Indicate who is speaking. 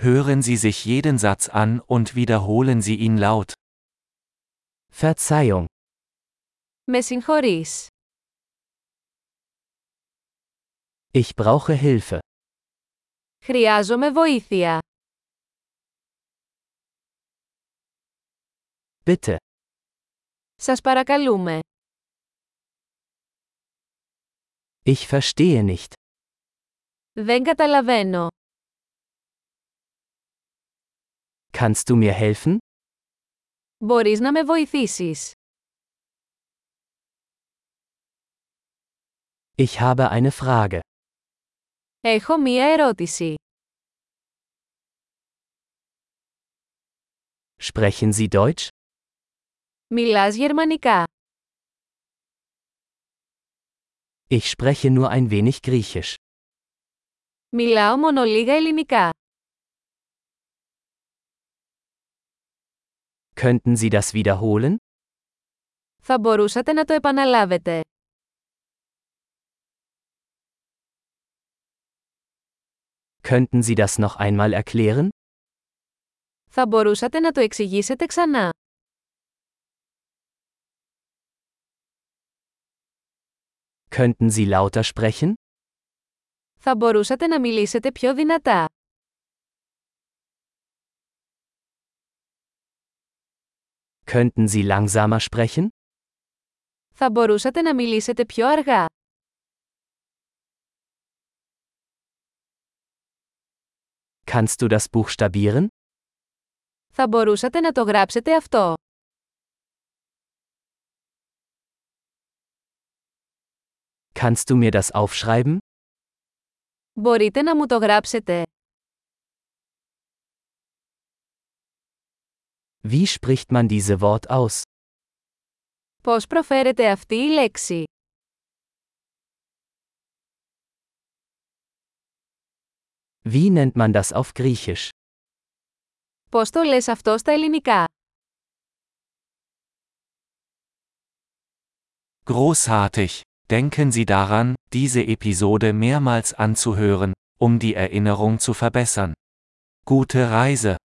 Speaker 1: Hören Sie sich jeden Satz an und wiederholen Sie ihn laut.
Speaker 2: Verzeihung,
Speaker 3: Με συγχωρείς.
Speaker 2: ich brauche Hilfe.
Speaker 3: Χρειάζομαι βοήθεια.
Speaker 2: Bitte,
Speaker 3: Σας παρακαλούμε.
Speaker 2: ich verstehe nicht.
Speaker 3: Δεν καταλαβαίνω.
Speaker 2: Kannst du mir helfen?
Speaker 3: Μπορείς να με βοηθήσεις.
Speaker 2: Ich habe eine Frage.
Speaker 3: Έχω μία ερώτηση.
Speaker 2: Sprechen Sie Deutsch?
Speaker 3: Μιλάς γερμανικά.
Speaker 2: Ich spreche nur ein wenig Griechisch.
Speaker 3: Μιλάω μόνο λίγα ελληνικά.
Speaker 2: Könnten Sie das wiederholen?
Speaker 3: Θα μπορούσατε να το επαναλάβετε.
Speaker 2: Könnten Sie das noch einmal erklären?
Speaker 3: Θα μπορούσατε να το εξηγήσετε ξανά.
Speaker 2: Könnten Sie lauter sprechen?
Speaker 3: Θα μπορούσατε να μιλήσετε πιο δυνατά.
Speaker 2: Könnten Sie langsamer sprechen?
Speaker 3: Θα μπορούσατε να μιλήσετε πιο αργά.
Speaker 2: Kannst du das buchstabieren?
Speaker 3: Θα μπορούσατε να το γράψετε αυτό.
Speaker 2: Kannst du mir das aufschreiben?
Speaker 3: Μπορείτε να μου το γράψετε.
Speaker 2: Wie spricht man diese Wort aus?
Speaker 3: Πώς προφέρεται αυτή η λέξη.
Speaker 2: Wie nennt man das auf Griechisch?
Speaker 3: Πώς το λες αυτό στα ελληνικά.
Speaker 1: Großartig! Denken Sie daran, diese Episode mehrmals anzuhören, um die Erinnerung zu verbessern. Gute Reise!